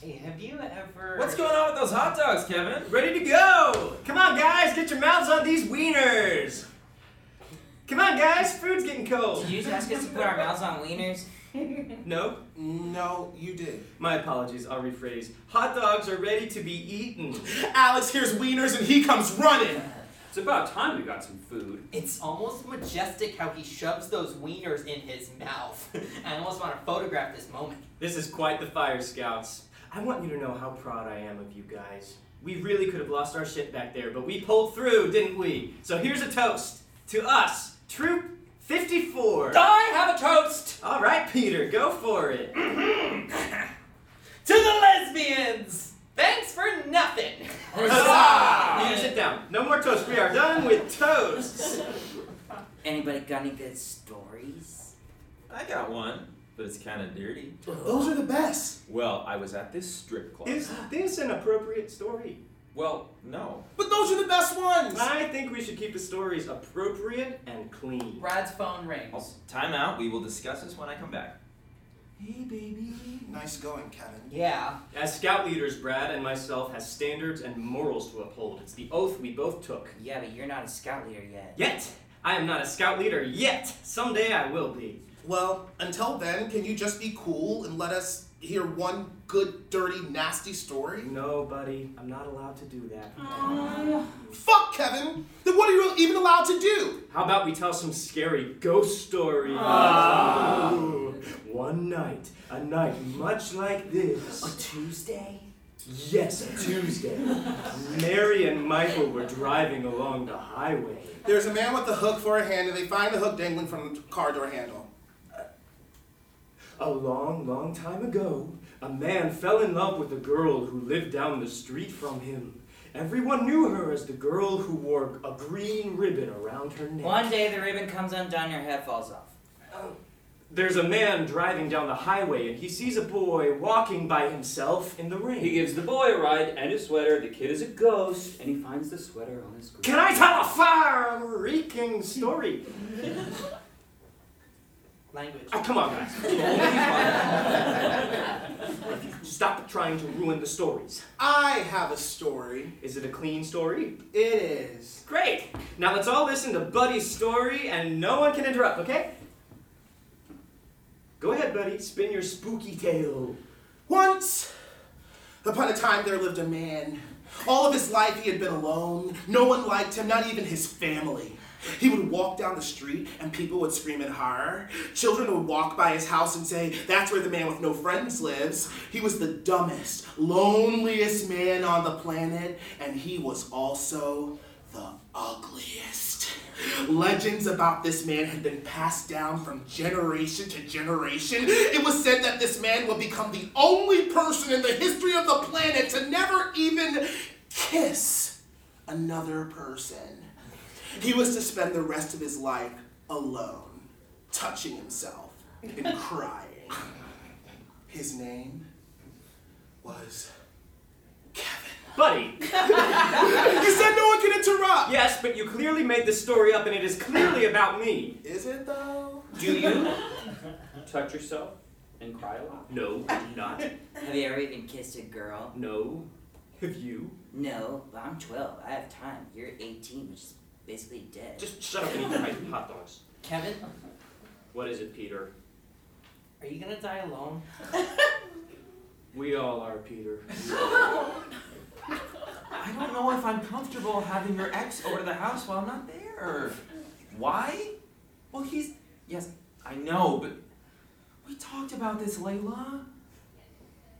S12: Hey, have you ever.
S11: What's going on with those hot dogs, Kevin?
S17: Ready to go! Come on, guys, get your mouths on these wieners! Come on, guys, food's getting cold!
S16: Did you just ask us to put our mouths on wieners?
S17: No?
S10: No, you did.
S17: My apologies, I'll rephrase. Hot dogs are ready to be eaten.
S10: Alex hears wieners and he comes running.
S5: It's about time we got some food.
S12: It's almost majestic how he shoves those wieners in his mouth. I almost want to photograph this moment.
S17: This is quite the fire, Scouts. I want you to know how proud I am of you guys. We really could have lost our shit back there, but we pulled through, didn't we? So here's a toast to us, Troop 54.
S12: I have a toast Mm-hmm.
S17: All right, Peter, go for it.
S12: to the lesbians! Thanks for nothing!
S10: Huzzah!
S17: because we are done with toasts.
S16: Anybody got any good stories?
S11: I got one, but it's kind of dirty.
S17: Those are the best.
S11: Well, I was at this strip club.
S17: Is this an appropriate story?
S11: Well, no.
S17: But those are the best ones. I think we should keep the stories appropriate and clean.
S12: Brad's phone rings.
S11: Oh, Time out. We will discuss this when I come back.
S10: Hey, baby. Nice going, Kevin.
S17: As scout leaders, Brad and myself has standards and morals to uphold. It's the oath we both took.
S16: Yeah, but you're not a scout leader yet.
S17: Yet, I am not a scout leader yet. Someday I will be.
S10: Well, until then, can you just be cool and let us hear one good, dirty, nasty story?
S17: No, buddy. I'm not allowed to do that.
S10: Fuck, Kevin! Then what are you even allowed to do?
S17: How about we tell some scary ghost stories?
S4: Ah.
S17: Ooh. One night, a night much like this.
S16: A Tuesday?
S17: Yes, a Tuesday. Mary and Michael were driving along the highway.
S10: There's a man with a hook for a hand, and they find the hook dangling from the car door handle.
S17: A long, long time ago, a man fell in love with a girl who lived down the street from him. Everyone knew her as the girl who wore a green ribbon around her neck.
S16: One day the ribbon comes undone, your head falls off.
S17: There's a man driving down the highway and he sees a boy walking by himself in the rain.
S5: He gives the boy a ride and a sweater. The kid is a ghost, and he finds the sweater on his.
S17: Can I tell a fire reeking story?
S12: Language.
S17: Oh, come on, guys. Stop trying to ruin the stories.
S10: I have a story.
S17: Is it a clean story?
S10: It is.
S17: Great! Now let's all listen to Buddy's story and no one can interrupt, okay? Go ahead, Buddy, spin your spooky tale.
S10: Once upon a time, there lived a man. All of his life, he had been alone. No one liked him, not even his family. He would walk down the street and people would scream in horror. Children would walk by his house and say, That's where the man with no friends lives. He was the dumbest, loneliest man on the planet, and he was also the ugliest. Legends about this man had been passed down from generation to generation. It was said that this man would become the only person in the history of the planet to never even kiss another person. He was to spend the rest of his life alone, touching himself and crying. His name was
S17: Buddy! you
S10: said no one can interrupt!
S17: Yes, but you clearly made this story up and it is clearly about me.
S10: Is it though?
S17: Do you?
S5: Touch yourself and cry a lot.
S17: No, not.
S16: Have you ever even kissed a girl?
S17: No. Have you?
S16: No, but I'm 12. I have time. You're 18, which is basically dead.
S17: Just shut up and eat my hot dogs.
S12: Kevin,
S17: What is it, Peter?
S12: are you gonna die alone?
S17: We all are, Peter.
S15: I don't know if I'm comfortable having your ex over to the house while I'm not there. Why? Well, he's. Yes, I know, but we talked about this, Layla.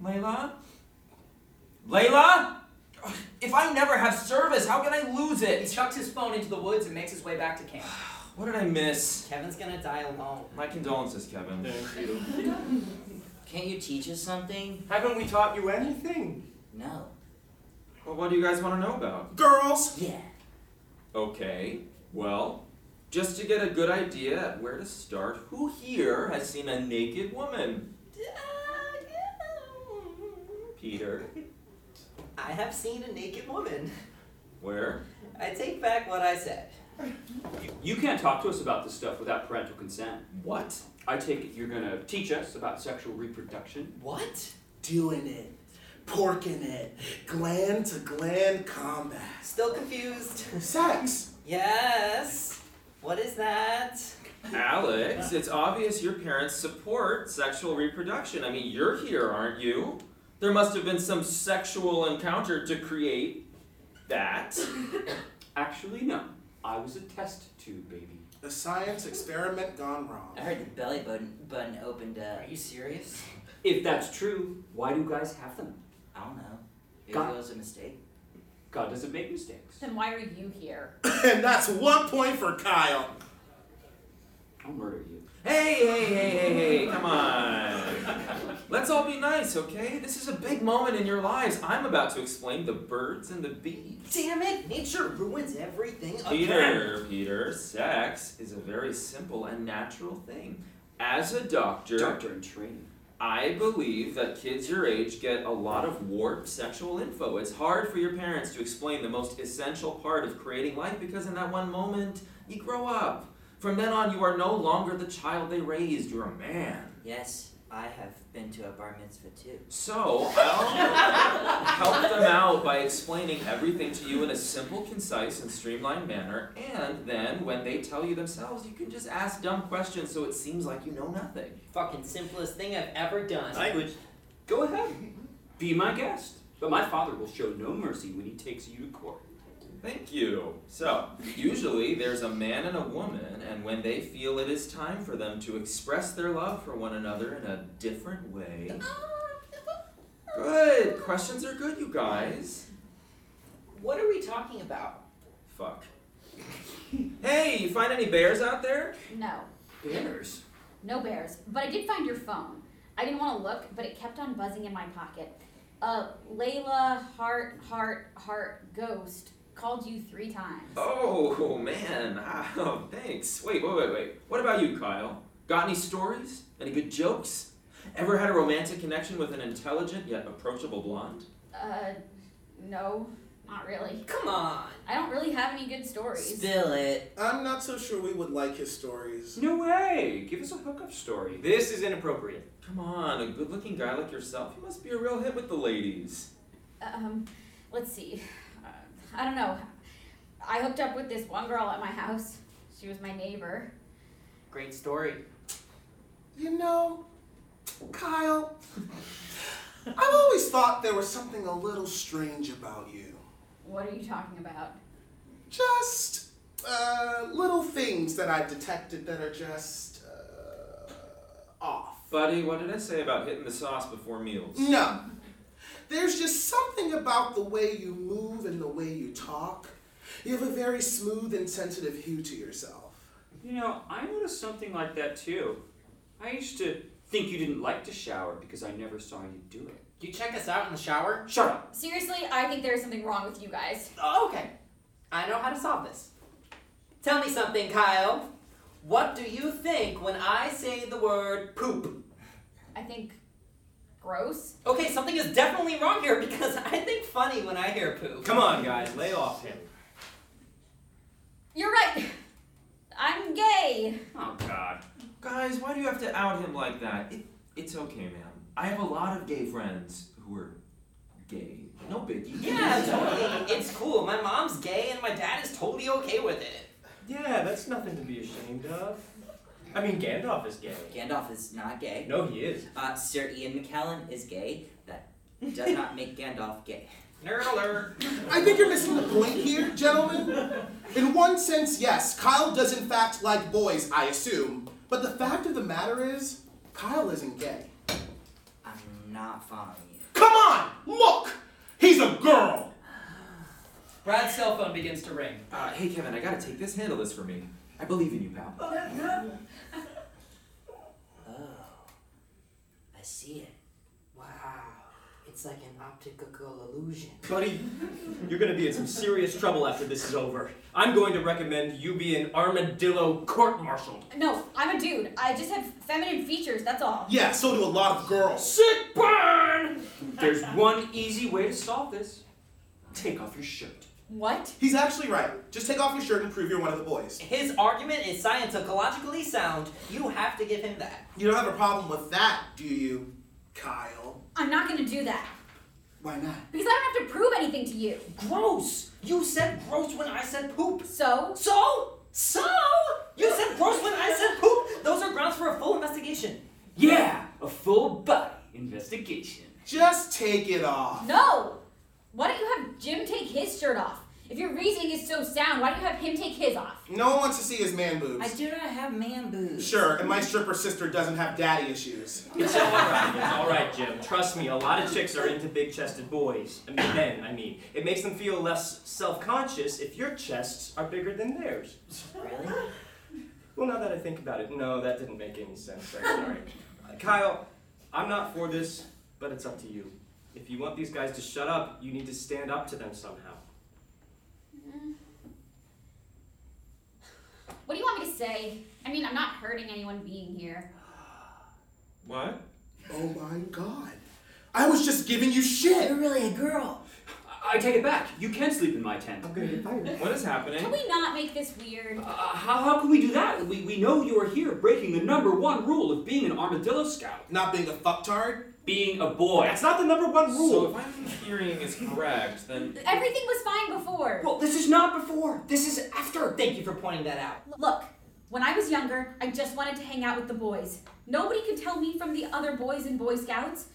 S15: Layla? Layla? If I never have service, how can I lose it?
S12: He chucks his phone into the woods and makes his way back to camp.
S15: What did I miss?
S12: Kevin's gonna die alone.
S15: My condolences, Kevin.
S17: Thank you.
S16: Can't you teach us something?
S17: Haven't we taught you anything?
S16: No.
S15: e- Well, what do you guys want to know about?
S10: Girls!
S16: Yeah.
S15: Okay, well, just to get a good idea at where to start, who here has seen a naked woman? Peter.
S12: I have seen a naked woman.
S15: Where?
S12: I take back what I said.
S5: You can't talk to us about this stuff without parental consent.
S15: What?
S5: I take it you're gonna teach us about sexual reproduction.
S12: What?
S10: doing it, porking it, gland to gland combat.
S12: Still confused.
S10: Sex!
S12: Yes. What is that?
S15: Alex, it's obvious your parents support sexual reproduction. I mean, you're here, aren't you? There must have been some sexual encounter to create that.
S5: Actually, no. I was a test tube baby.
S10: A science experiment gone wrong.
S16: I heard the belly button, button opened up. Are
S12: you serious?
S5: If that's true, why do guys have them?
S16: I don't know. Maybe
S5: God-
S16: it was a mistake.
S5: God doesn't make mistakes.
S3: Then why are you here?
S10: and that's one point for Kyle.
S5: I'll murder you.
S11: Hey, hey, hey, hey, hey, come on. Let's all be nice, okay? This is a big moment in your lives. I'm about to explain the birds and the bees.
S2: Damn it! Nature ruins everything again.
S11: Peter, Peter, sex is a very simple and natural thing. As a doctor, doctor in training, I believe that kids your age get a lot of warped sexual info. It's hard for your parents to explain the most essential part of creating life because in that one moment you grow up. From then on, you are no longer the child they raised. You're a man.
S16: Yes, I have been to a bar mitzvah too.
S11: So I'll help them out by explaining everything to you in a simple, concise, and streamlined manner. And then when they tell you themselves, Oh, you can just ask dumb questions so it seems like you know nothing.
S12: Fucking simplest thing I've ever done.
S5: Language. Go ahead. Be my guest. But my father will show no mercy when he takes you to court.
S11: Thank you. So, usually there's a man and a woman, and when they feel it is time for them to express their love for one another in a different way. Good. Questions are good, you guys.
S12: What are we talking about?
S11: Fuck. Hey, you find any bears out there?
S9: No,
S11: Bears?
S9: no bears. But I did find your phone. I didn't want to look, but it kept on buzzing in my pocket. Uh, Layla Heart Heart Heart Ghost called you three times.
S11: Oh, man. Oh, thanks. Wait, wait, wait, wait. What about you, Kyle? Got any stories? Any good jokes? Ever had a romantic connection with an intelligent yet approachable blonde?
S9: Uh, no, not really.
S2: Come on.
S9: I don't really have any good stories.
S2: it.
S10: I'm not so sure we would like his stories.
S5: No way! Give us a hookup story.
S11: This is inappropriate. Come on, a good looking guy like yourself, you must be a real hit with the ladies.
S9: Um, let's see. Uh, I don't know. I hooked up with this one girl at my house. She was my neighbor.
S12: Great story.
S10: You know, Kyle, I've always thought there was something a little strange about you.
S9: What are you talking about?
S10: Just uh, little things that I detected that are just uh, off.
S11: Buddy, what did I say about hitting the sauce before meals?
S10: No. There's just something about the way you move and the way you talk. You have a very smooth and sensitive hue to yourself.
S5: You know, I noticed something like that too. I used to think you didn't like to shower because I never saw you do it.
S12: You check us out in the shower?
S5: Shut up.
S9: Seriously, I think there's something wrong with you guys.
S12: Oh, okay. I know how to solve this. Tell me something, Kyle. What do you think when I say the word poop?
S9: I think gross.
S12: Okay, something is definitely wrong here because I think funny when I hear poop.
S17: Come on, guys, lay off him.
S9: You're right. I'm gay.
S11: Oh, God. Guys, why do you have to out him like that? It, it's okay, man. I have a lot of gay friends who are gay. No biggie.
S12: Yeah, totally. It's cool. My mom's gay and my dad is totally okay with it.
S17: Yeah, that's nothing to be ashamed of. I mean, Gandalf is gay.
S16: Gandalf is not gay.
S17: No, he is.
S16: Uh, Sir Ian McKellen is gay. That does not make Gandalf gay.
S12: Nerd alert.
S10: I think you're missing the point here, gentlemen. In one sense, yes, Kyle does in fact like boys, I assume. But the fact of the matter is, Kyle isn't gay.
S16: I'm not following you.
S10: Come on! Look! He's a girl!
S12: Brad's cell phone begins to ring.
S11: Uh, hey, Kevin, I gotta take this. Handle this for me. I believe in you, pal.
S2: Oh, I see it. Wow, it's like an optical illusion.
S17: Buddy, you're gonna be in some serious trouble after this is over. I'm going to recommend you be an armadillo court martialed.
S9: No, I'm a dude. I just have feminine features, that's all.
S10: Yeah, so do a lot of girls.
S5: Sick burn! There's one easy way to solve this take off your shirt.
S9: What?
S10: He's actually right. Just take off your shirt and prove you're one of the boys.
S12: His argument is scientifically sound. You have to give him that.
S10: You don't have a problem with that, do you, Kyle?
S9: I'm not gonna do that.
S10: Why not?
S9: Because I don't have to prove anything to you.
S12: Gross! You said gross when I said poop.
S9: So?
S12: So? So? You said gross when I said poop? Those are grounds for a full investigation.
S5: Yeah, a full body investigation.
S10: Just take it off.
S9: No! Why don't you have Jim take his shirt off? If your reasoning is so sound, why don't you have him take his off?
S10: No one wants to see his man boobs.
S16: I do not have man boobs.
S10: Sure, and my stripper sister doesn't have daddy issues.
S17: It's all right. It's all right, Jim. Trust me. A lot of chicks are into big-chested boys. I mean, men. I mean, it makes them feel less self-conscious if your chests are bigger than theirs.
S16: Really?
S17: Well, now that I think about it, no, that didn't make any sense. I'm sorry. Uh, Kyle, I'm not for this, but it's up to you. If you want these guys to shut up, you need to stand up to them somehow.
S9: What do you want me to say? I mean, I'm not hurting anyone being here.
S11: What?
S10: Oh my god. I was just giving you shit. You're really a girl.
S5: I take it back. You can sleep in my tent. I'm
S17: gonna get fired.
S5: What is happening?
S9: Can we not make this weird?
S16: Uh,
S5: How, how can we do that? We, we know you are here breaking the number one rule of being an armadillo scout.
S10: Not being a fucktard?
S5: Being a boy.
S10: That's not the number one
S11: So if I'm hearing is correct, then
S9: Everything was fine before.
S12: Well, this is not before. This is after. Thank you for pointing that out.
S9: Look, when I was younger, I just wanted to hang out with the boys. Nobody could tell me from the other boys in Boy Scouts.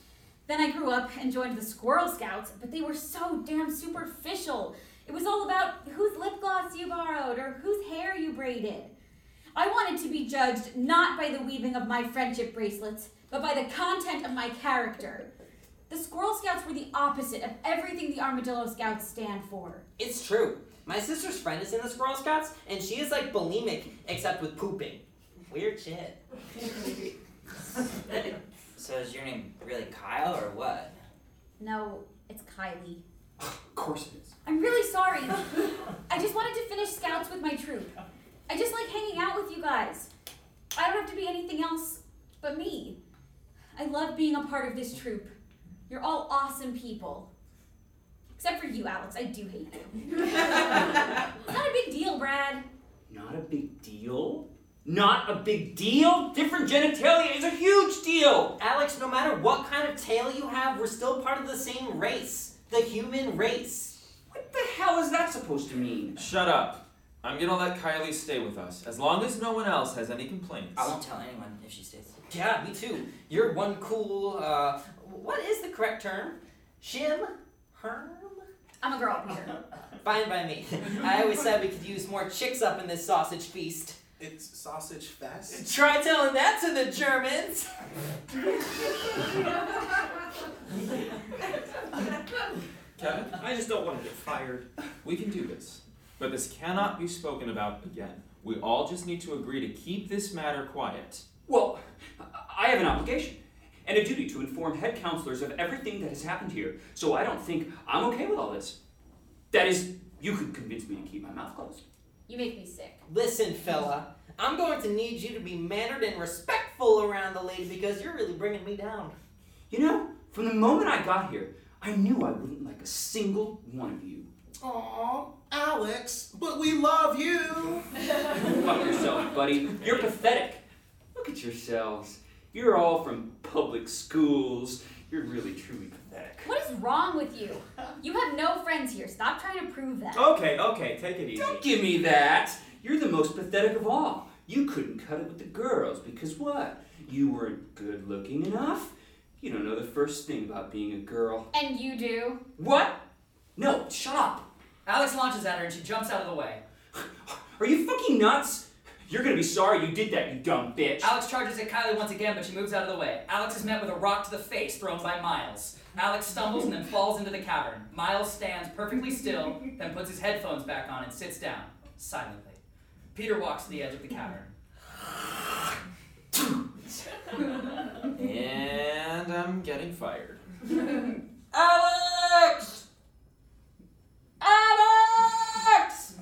S9: Then I grew up and joined the Squirrel Scouts, but they were so damn superficial. It was all about whose lip gloss you borrowed or whose hair you braided. I wanted to be judged not by the weaving of my friendship bracelets, but by the content of my character. The Squirrel Scouts were the opposite of everything the Armadillo Scouts stand for.
S12: It's true. My sister's friend is in the Squirrel Scouts, and she is like bulimic, except with pooping. Weird shit.
S16: So is your name really Kyle or what?
S9: No, it's Kylie.
S5: Of course it is.
S9: I'm really sorry. I just wanted to finish scouts with my troop. I just like hanging out with you guys. I don't have to be anything else but me. I love being a part of this troop. You're all awesome people. Except for you, Alex. I do hate you. Not a big deal, Brad.
S5: Not a big deal? Not a big deal? Different genitalia is a huge deal!
S12: Alex, no matter what kind of tail you have, we're still part of the same race the human race.
S5: What the hell is that supposed to mean?
S11: shut up. I'm gonna let Kylie stay with us as long as no one else has any complaints.
S16: I won't tell anyone if she stays.
S12: Yeah, me too. You're one cool, uh, what is the correct term? Shim? Herm?
S9: I'm a girl Peter.
S12: Fine by me. I always said we could use more chicks up in this sausage feast.
S10: It's sausage fest.
S12: Try telling that to the Germans!
S11: Kevin, I just don't want to get fired. We can do this, but this cannot be spoken about again. We all just need to agree to keep this matter quiet.
S5: Well, I have an obligation and a duty to inform head counselors of everything that has happened here, so I don't think I'm okay with all this. That is, you could convince me to keep my mouth closed.
S9: You make me sick.
S12: Listen, fella, I'm going to need you to be mannered and respectful around the lady because you're really bringing me down.
S5: You know, from the moment I got here, I knew I wouldn't like a single one of you.
S10: Aw, Alex, but we love you.
S5: Fuck yourself, buddy. You're pathetic. Look at yourselves. You're all from public schools. You're really, truly pathetic.
S9: What is wrong with you? You have no friends here. Stop trying to prove that.
S5: Okay, okay, take it easy. Don't give me that. You're the most pathetic of all. You couldn't cut it with the girls because what? You weren't good looking enough. You don't know the first thing about being a girl.
S9: And you do.
S5: What? No, shut up.
S12: Alex launches at her and she jumps out of the way.
S5: Are you fucking nuts? You're gonna be sorry you did that, you dumb bitch.
S22: Alex charges at Kylie once again, but she moves out of the way. Alex is met with a rock to the face thrown by Miles. Alex stumbles and then falls into the cavern. Miles stands perfectly still, then puts his headphones back on and sits down, silently. Peter walks to the edge of the cavern.
S11: And I'm getting fired.
S22: Alex!
S9: Ah!
S22: Alex!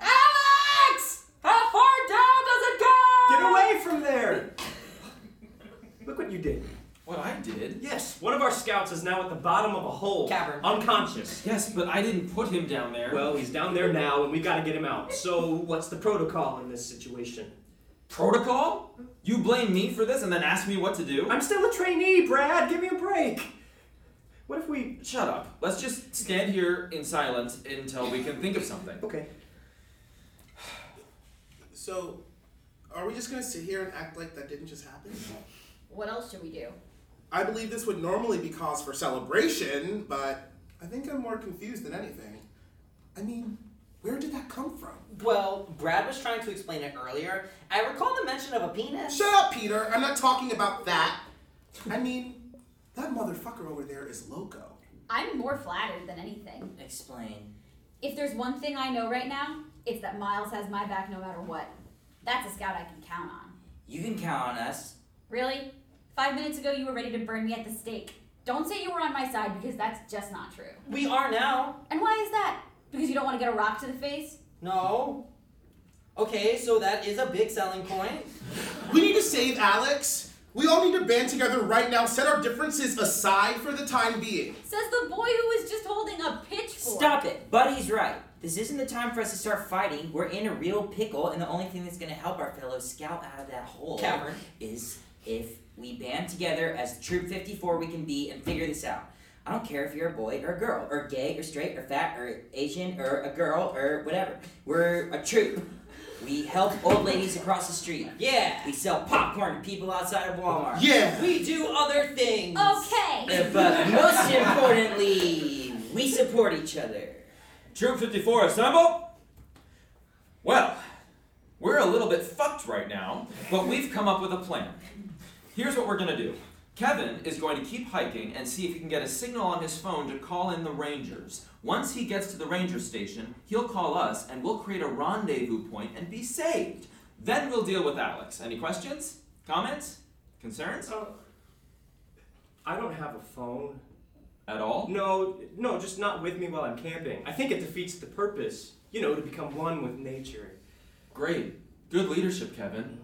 S22: Alex! How far down does it go?
S17: Get away from there! Look what you did.
S11: What I did?
S17: Yes, one of our scouts is now at the bottom of a hole.
S11: Cavern.
S17: Unconscious.
S11: Yes, but I didn't put him down there.
S17: Well, he's down there now, and we gotta get him out. So, what's the protocol in this situation?
S11: Protocol? You blame me for this and then ask me what to do?
S17: I'm still a trainee, Brad! Give me a break! What if we.
S11: Shut up. Let's just stand here in silence until we can think of something.
S17: Okay.
S10: So, are we just gonna sit here and act like that didn't just happen?
S9: What else should we do?
S10: I believe this would normally be cause for celebration, but I think I'm more confused than anything. I mean, where did that come from?
S12: Well, Brad was trying to explain it earlier. I recall the mention of a penis.
S10: Shut up, Peter! I'm not talking about that! I mean, that motherfucker over there is loco.
S9: I'm more flattered than anything.
S16: Explain.
S9: If there's one thing I know right now, it's that Miles has my back no matter what. That's a scout I can count on.
S16: You can count on us.
S9: Really? Five minutes ago, you were ready to burn me at the stake. Don't say you were on my side because that's just not true.
S12: We are now.
S9: And why is that? Because you don't want to get a rock to the face?
S12: No. Okay, so that is a big selling point.
S10: We need to save Alex. We all need to band together right now, set our differences aside for the time being.
S9: Says the boy who was just holding a pitchfork.
S16: Stop it! Buddy's right. This isn't the time for us to start fighting. We're in a real pickle, and the only thing that's going to help our fellow scout out of that hole
S12: Cavern.
S16: is if we band together as Troop 54 we can be and figure this out. I don't care if you're a boy or a girl, or gay or straight or fat or Asian or a girl or whatever. We're a troop. We help old ladies across the street.
S12: Yeah.
S16: We sell popcorn to people outside of Walmart.
S12: We do other things. Eh,
S9: Okay.
S16: Uh, But most importantly, we support each other.
S11: Troop 54, assemble! Well, we're a little bit fucked right now, but we've come up with a plan. Here's what we're gonna do Kevin is going to keep hiking and see if he can get a signal on his phone to call in the Rangers. Once he gets to the Ranger station, he'll call us and we'll create a rendezvous point and be saved. Then we'll deal with Alex. Any questions? Comments? Concerns?
S17: I don't have a phone.
S11: At all?
S17: No, no, just not with me while I'm camping. I think it defeats the purpose, you know, to become one with nature.
S11: Great. Good leadership, Kevin.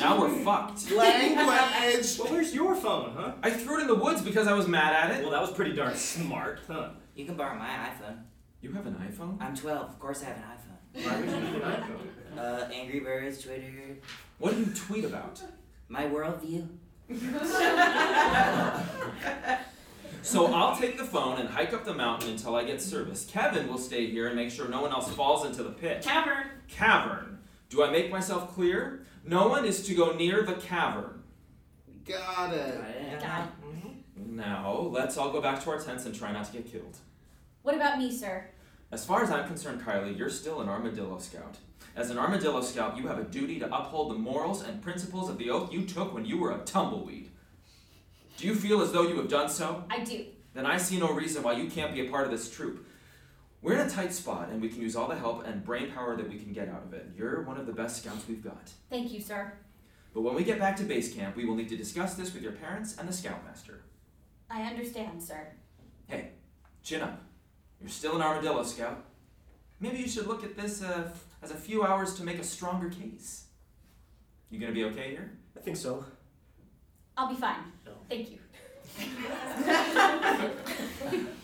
S11: Now we're fucked.
S17: Language! well, where's your phone, huh?
S11: I threw it in the woods because I was mad at it.
S17: Well, that was pretty darn smart, huh?
S16: You can borrow my iPhone.
S11: You have an iPhone?
S16: I'm 12. Of course, I have an iPhone.
S11: Why would you need an iPhone?
S16: Uh, Angry Birds, Twitter.
S11: What do you tweet about?
S16: My worldview.
S11: So I'll take the phone and hike up the mountain until I get service. Kevin will stay here and make sure no one else falls into the pit.
S12: Cavern.
S11: Cavern. Do I make myself clear? No one is to go near the cavern.
S10: Got it.
S9: God.
S11: Now, let's all go back to our tents and try not to get killed.
S9: What about me, sir?
S11: As far as I'm concerned, Kylie, you're still an armadillo scout. As an armadillo scout, you have a duty to uphold the morals and principles of the oath you took when you were a tumbleweed. Do you feel as though you have done so?
S9: I do.
S11: then I see no reason why you can't be a part of this troop. We're in a tight spot, and we can use all the help and brain power that we can get out of it. You're one of the best scouts we've got.
S9: Thank you, sir.
S11: But when we get back to base camp, we will need to discuss this with your parents and the scoutmaster.
S9: I understand, sir.
S11: Hey, chin up. You're still an armadillo scout. Maybe you should look at this uh, as a few hours to make a stronger case. You gonna be okay here?
S17: I think so.
S9: I'll be fine. Thank you.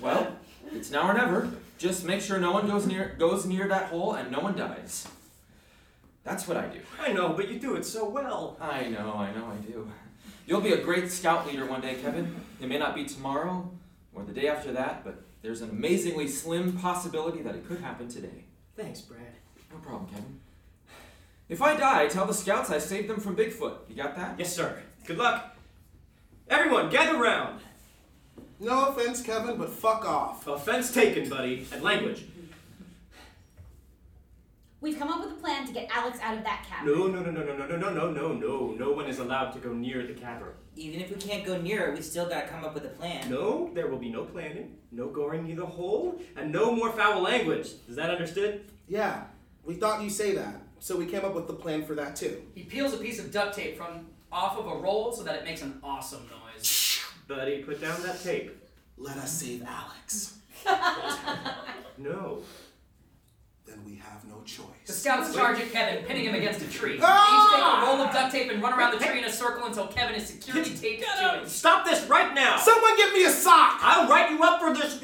S11: Well, it's now or never. Just make sure no one goes near goes near that hole and no one dies. That's what I do.
S17: I know, but you do it so well.
S11: I know, I know, I do. You'll be a great scout leader one day, Kevin. It may not be tomorrow or the day after that, but there's an amazingly slim possibility that it could happen today.
S17: Thanks, Brad.
S11: No problem, Kevin. If I die, tell the scouts I saved them from Bigfoot. You got that?
S17: Yes, sir. Good luck. Everyone, gather round.
S10: No offense, Kevin, but fuck off.
S17: Offense taken, buddy. And language.
S9: We've come up with a plan to get Alex out of that cabin.
S17: No, no, no, no, no, no, no, no, no, no, no. No one is allowed to go near the cavern.
S16: Even if we can't go near it, we still gotta come up with a plan.
S17: No, there will be no planning, no going near the hole, and no more foul language. Is that understood?
S10: Yeah, we thought you say that, so we came up with the plan for that too.
S22: He peels a piece of duct tape from off of a roll so that it makes an awesome noise.
S17: Buddy, put down that tape.
S10: Let us save Alex.
S17: No.
S10: Then we have no choice.
S22: The scouts charge at Kevin, pinning him against a tree.
S10: Ah!
S22: Each take a roll of duct tape and run around the tree in a circle until Kevin is securely taped to it.
S17: Stop this right now!
S10: Someone give me a sock!
S17: I'll write you up for this.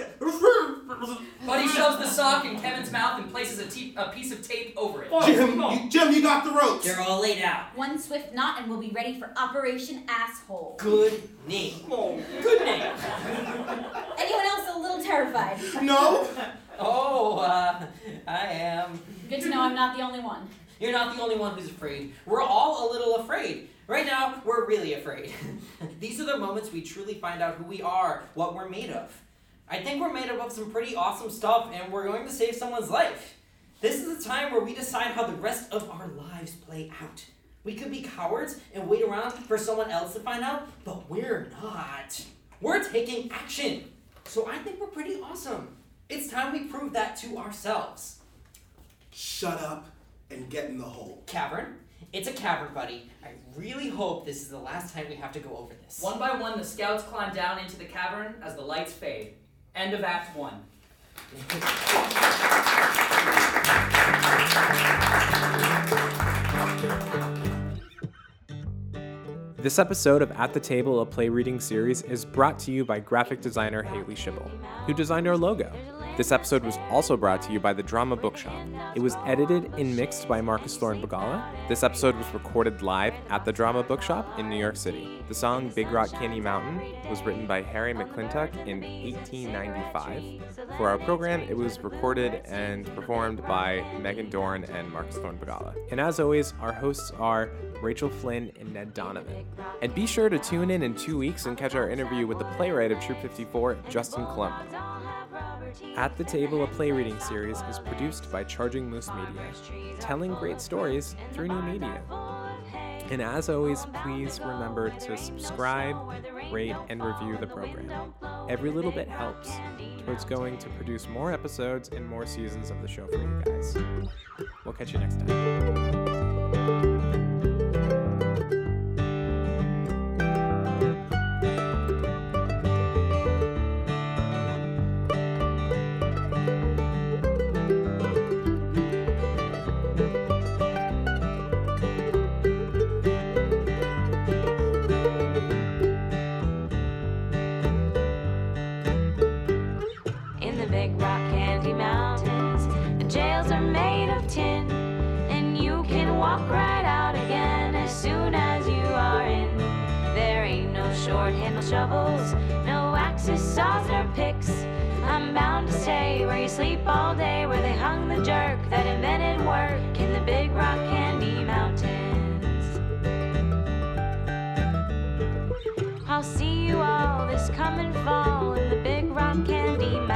S22: Buddy shoves the sock in Kevin's mouth and places a, te- a piece of tape over it.
S10: Jim, you, Jim, you got the ropes.
S16: They're all laid out.
S9: One swift knot and we'll be ready for Operation Asshole.
S16: Good name.
S17: Oh,
S16: good name.
S9: Anyone else a little terrified?
S10: No.
S12: Oh, uh, I am.
S9: Good to know I'm not the only one.
S12: You're not the only one who's afraid. We're all a little afraid. Right now, we're really afraid. These are the moments we truly find out who we are, what we're made of. I think we're made up of some pretty awesome stuff, and we're going to save someone's life. This is the time where we decide how the rest of our lives play out. We could be cowards and wait around for someone else to find out, but we're not. We're taking action. So I think we're pretty awesome. It's time we prove that to ourselves.
S10: Shut up and get in the hole.
S12: Cavern, It's a cavern, buddy. I really hope this is the last time we have to go over this.
S22: One by one, the scouts climb down into the cavern as the lights fade. End of Act 1.
S1: This episode of At the Table, a play reading series, is brought to you by graphic designer Haley Schibble, who designed our logo. This episode was also brought to you by the Drama Bookshop. It was edited and mixed by Marcus Thorne Bagala. This episode was recorded live at the Drama Bookshop in New York City. The song Big Rock Candy Mountain was written by Harry McClintock in 1895. For our program, it was recorded and performed by Megan Dorn and Marcus Thorne Bagala. And as always, our hosts are Rachel Flynn and Ned Donovan. And be sure to tune in in two weeks and catch our interview with the playwright of Troop 54, Justin Clump. At the Table, a play reading series is produced by Charging Moose Media, telling great stories through new media. And as always, please remember to subscribe, rate, and review the program. Every little bit helps towards going to produce more episodes and more seasons of the show for you guys. We'll catch you next time.
S2: in the big rock candy mountains. The jails are made of tin, and you can walk right out again as soon as you are in. There ain't no short handle shovels, no axes, saws, nor picks. I'm bound to stay where you sleep all day, where they hung the jerk that invented work in the big rock candy mountains. I'll see you all this coming fall in the big rock candy mountains.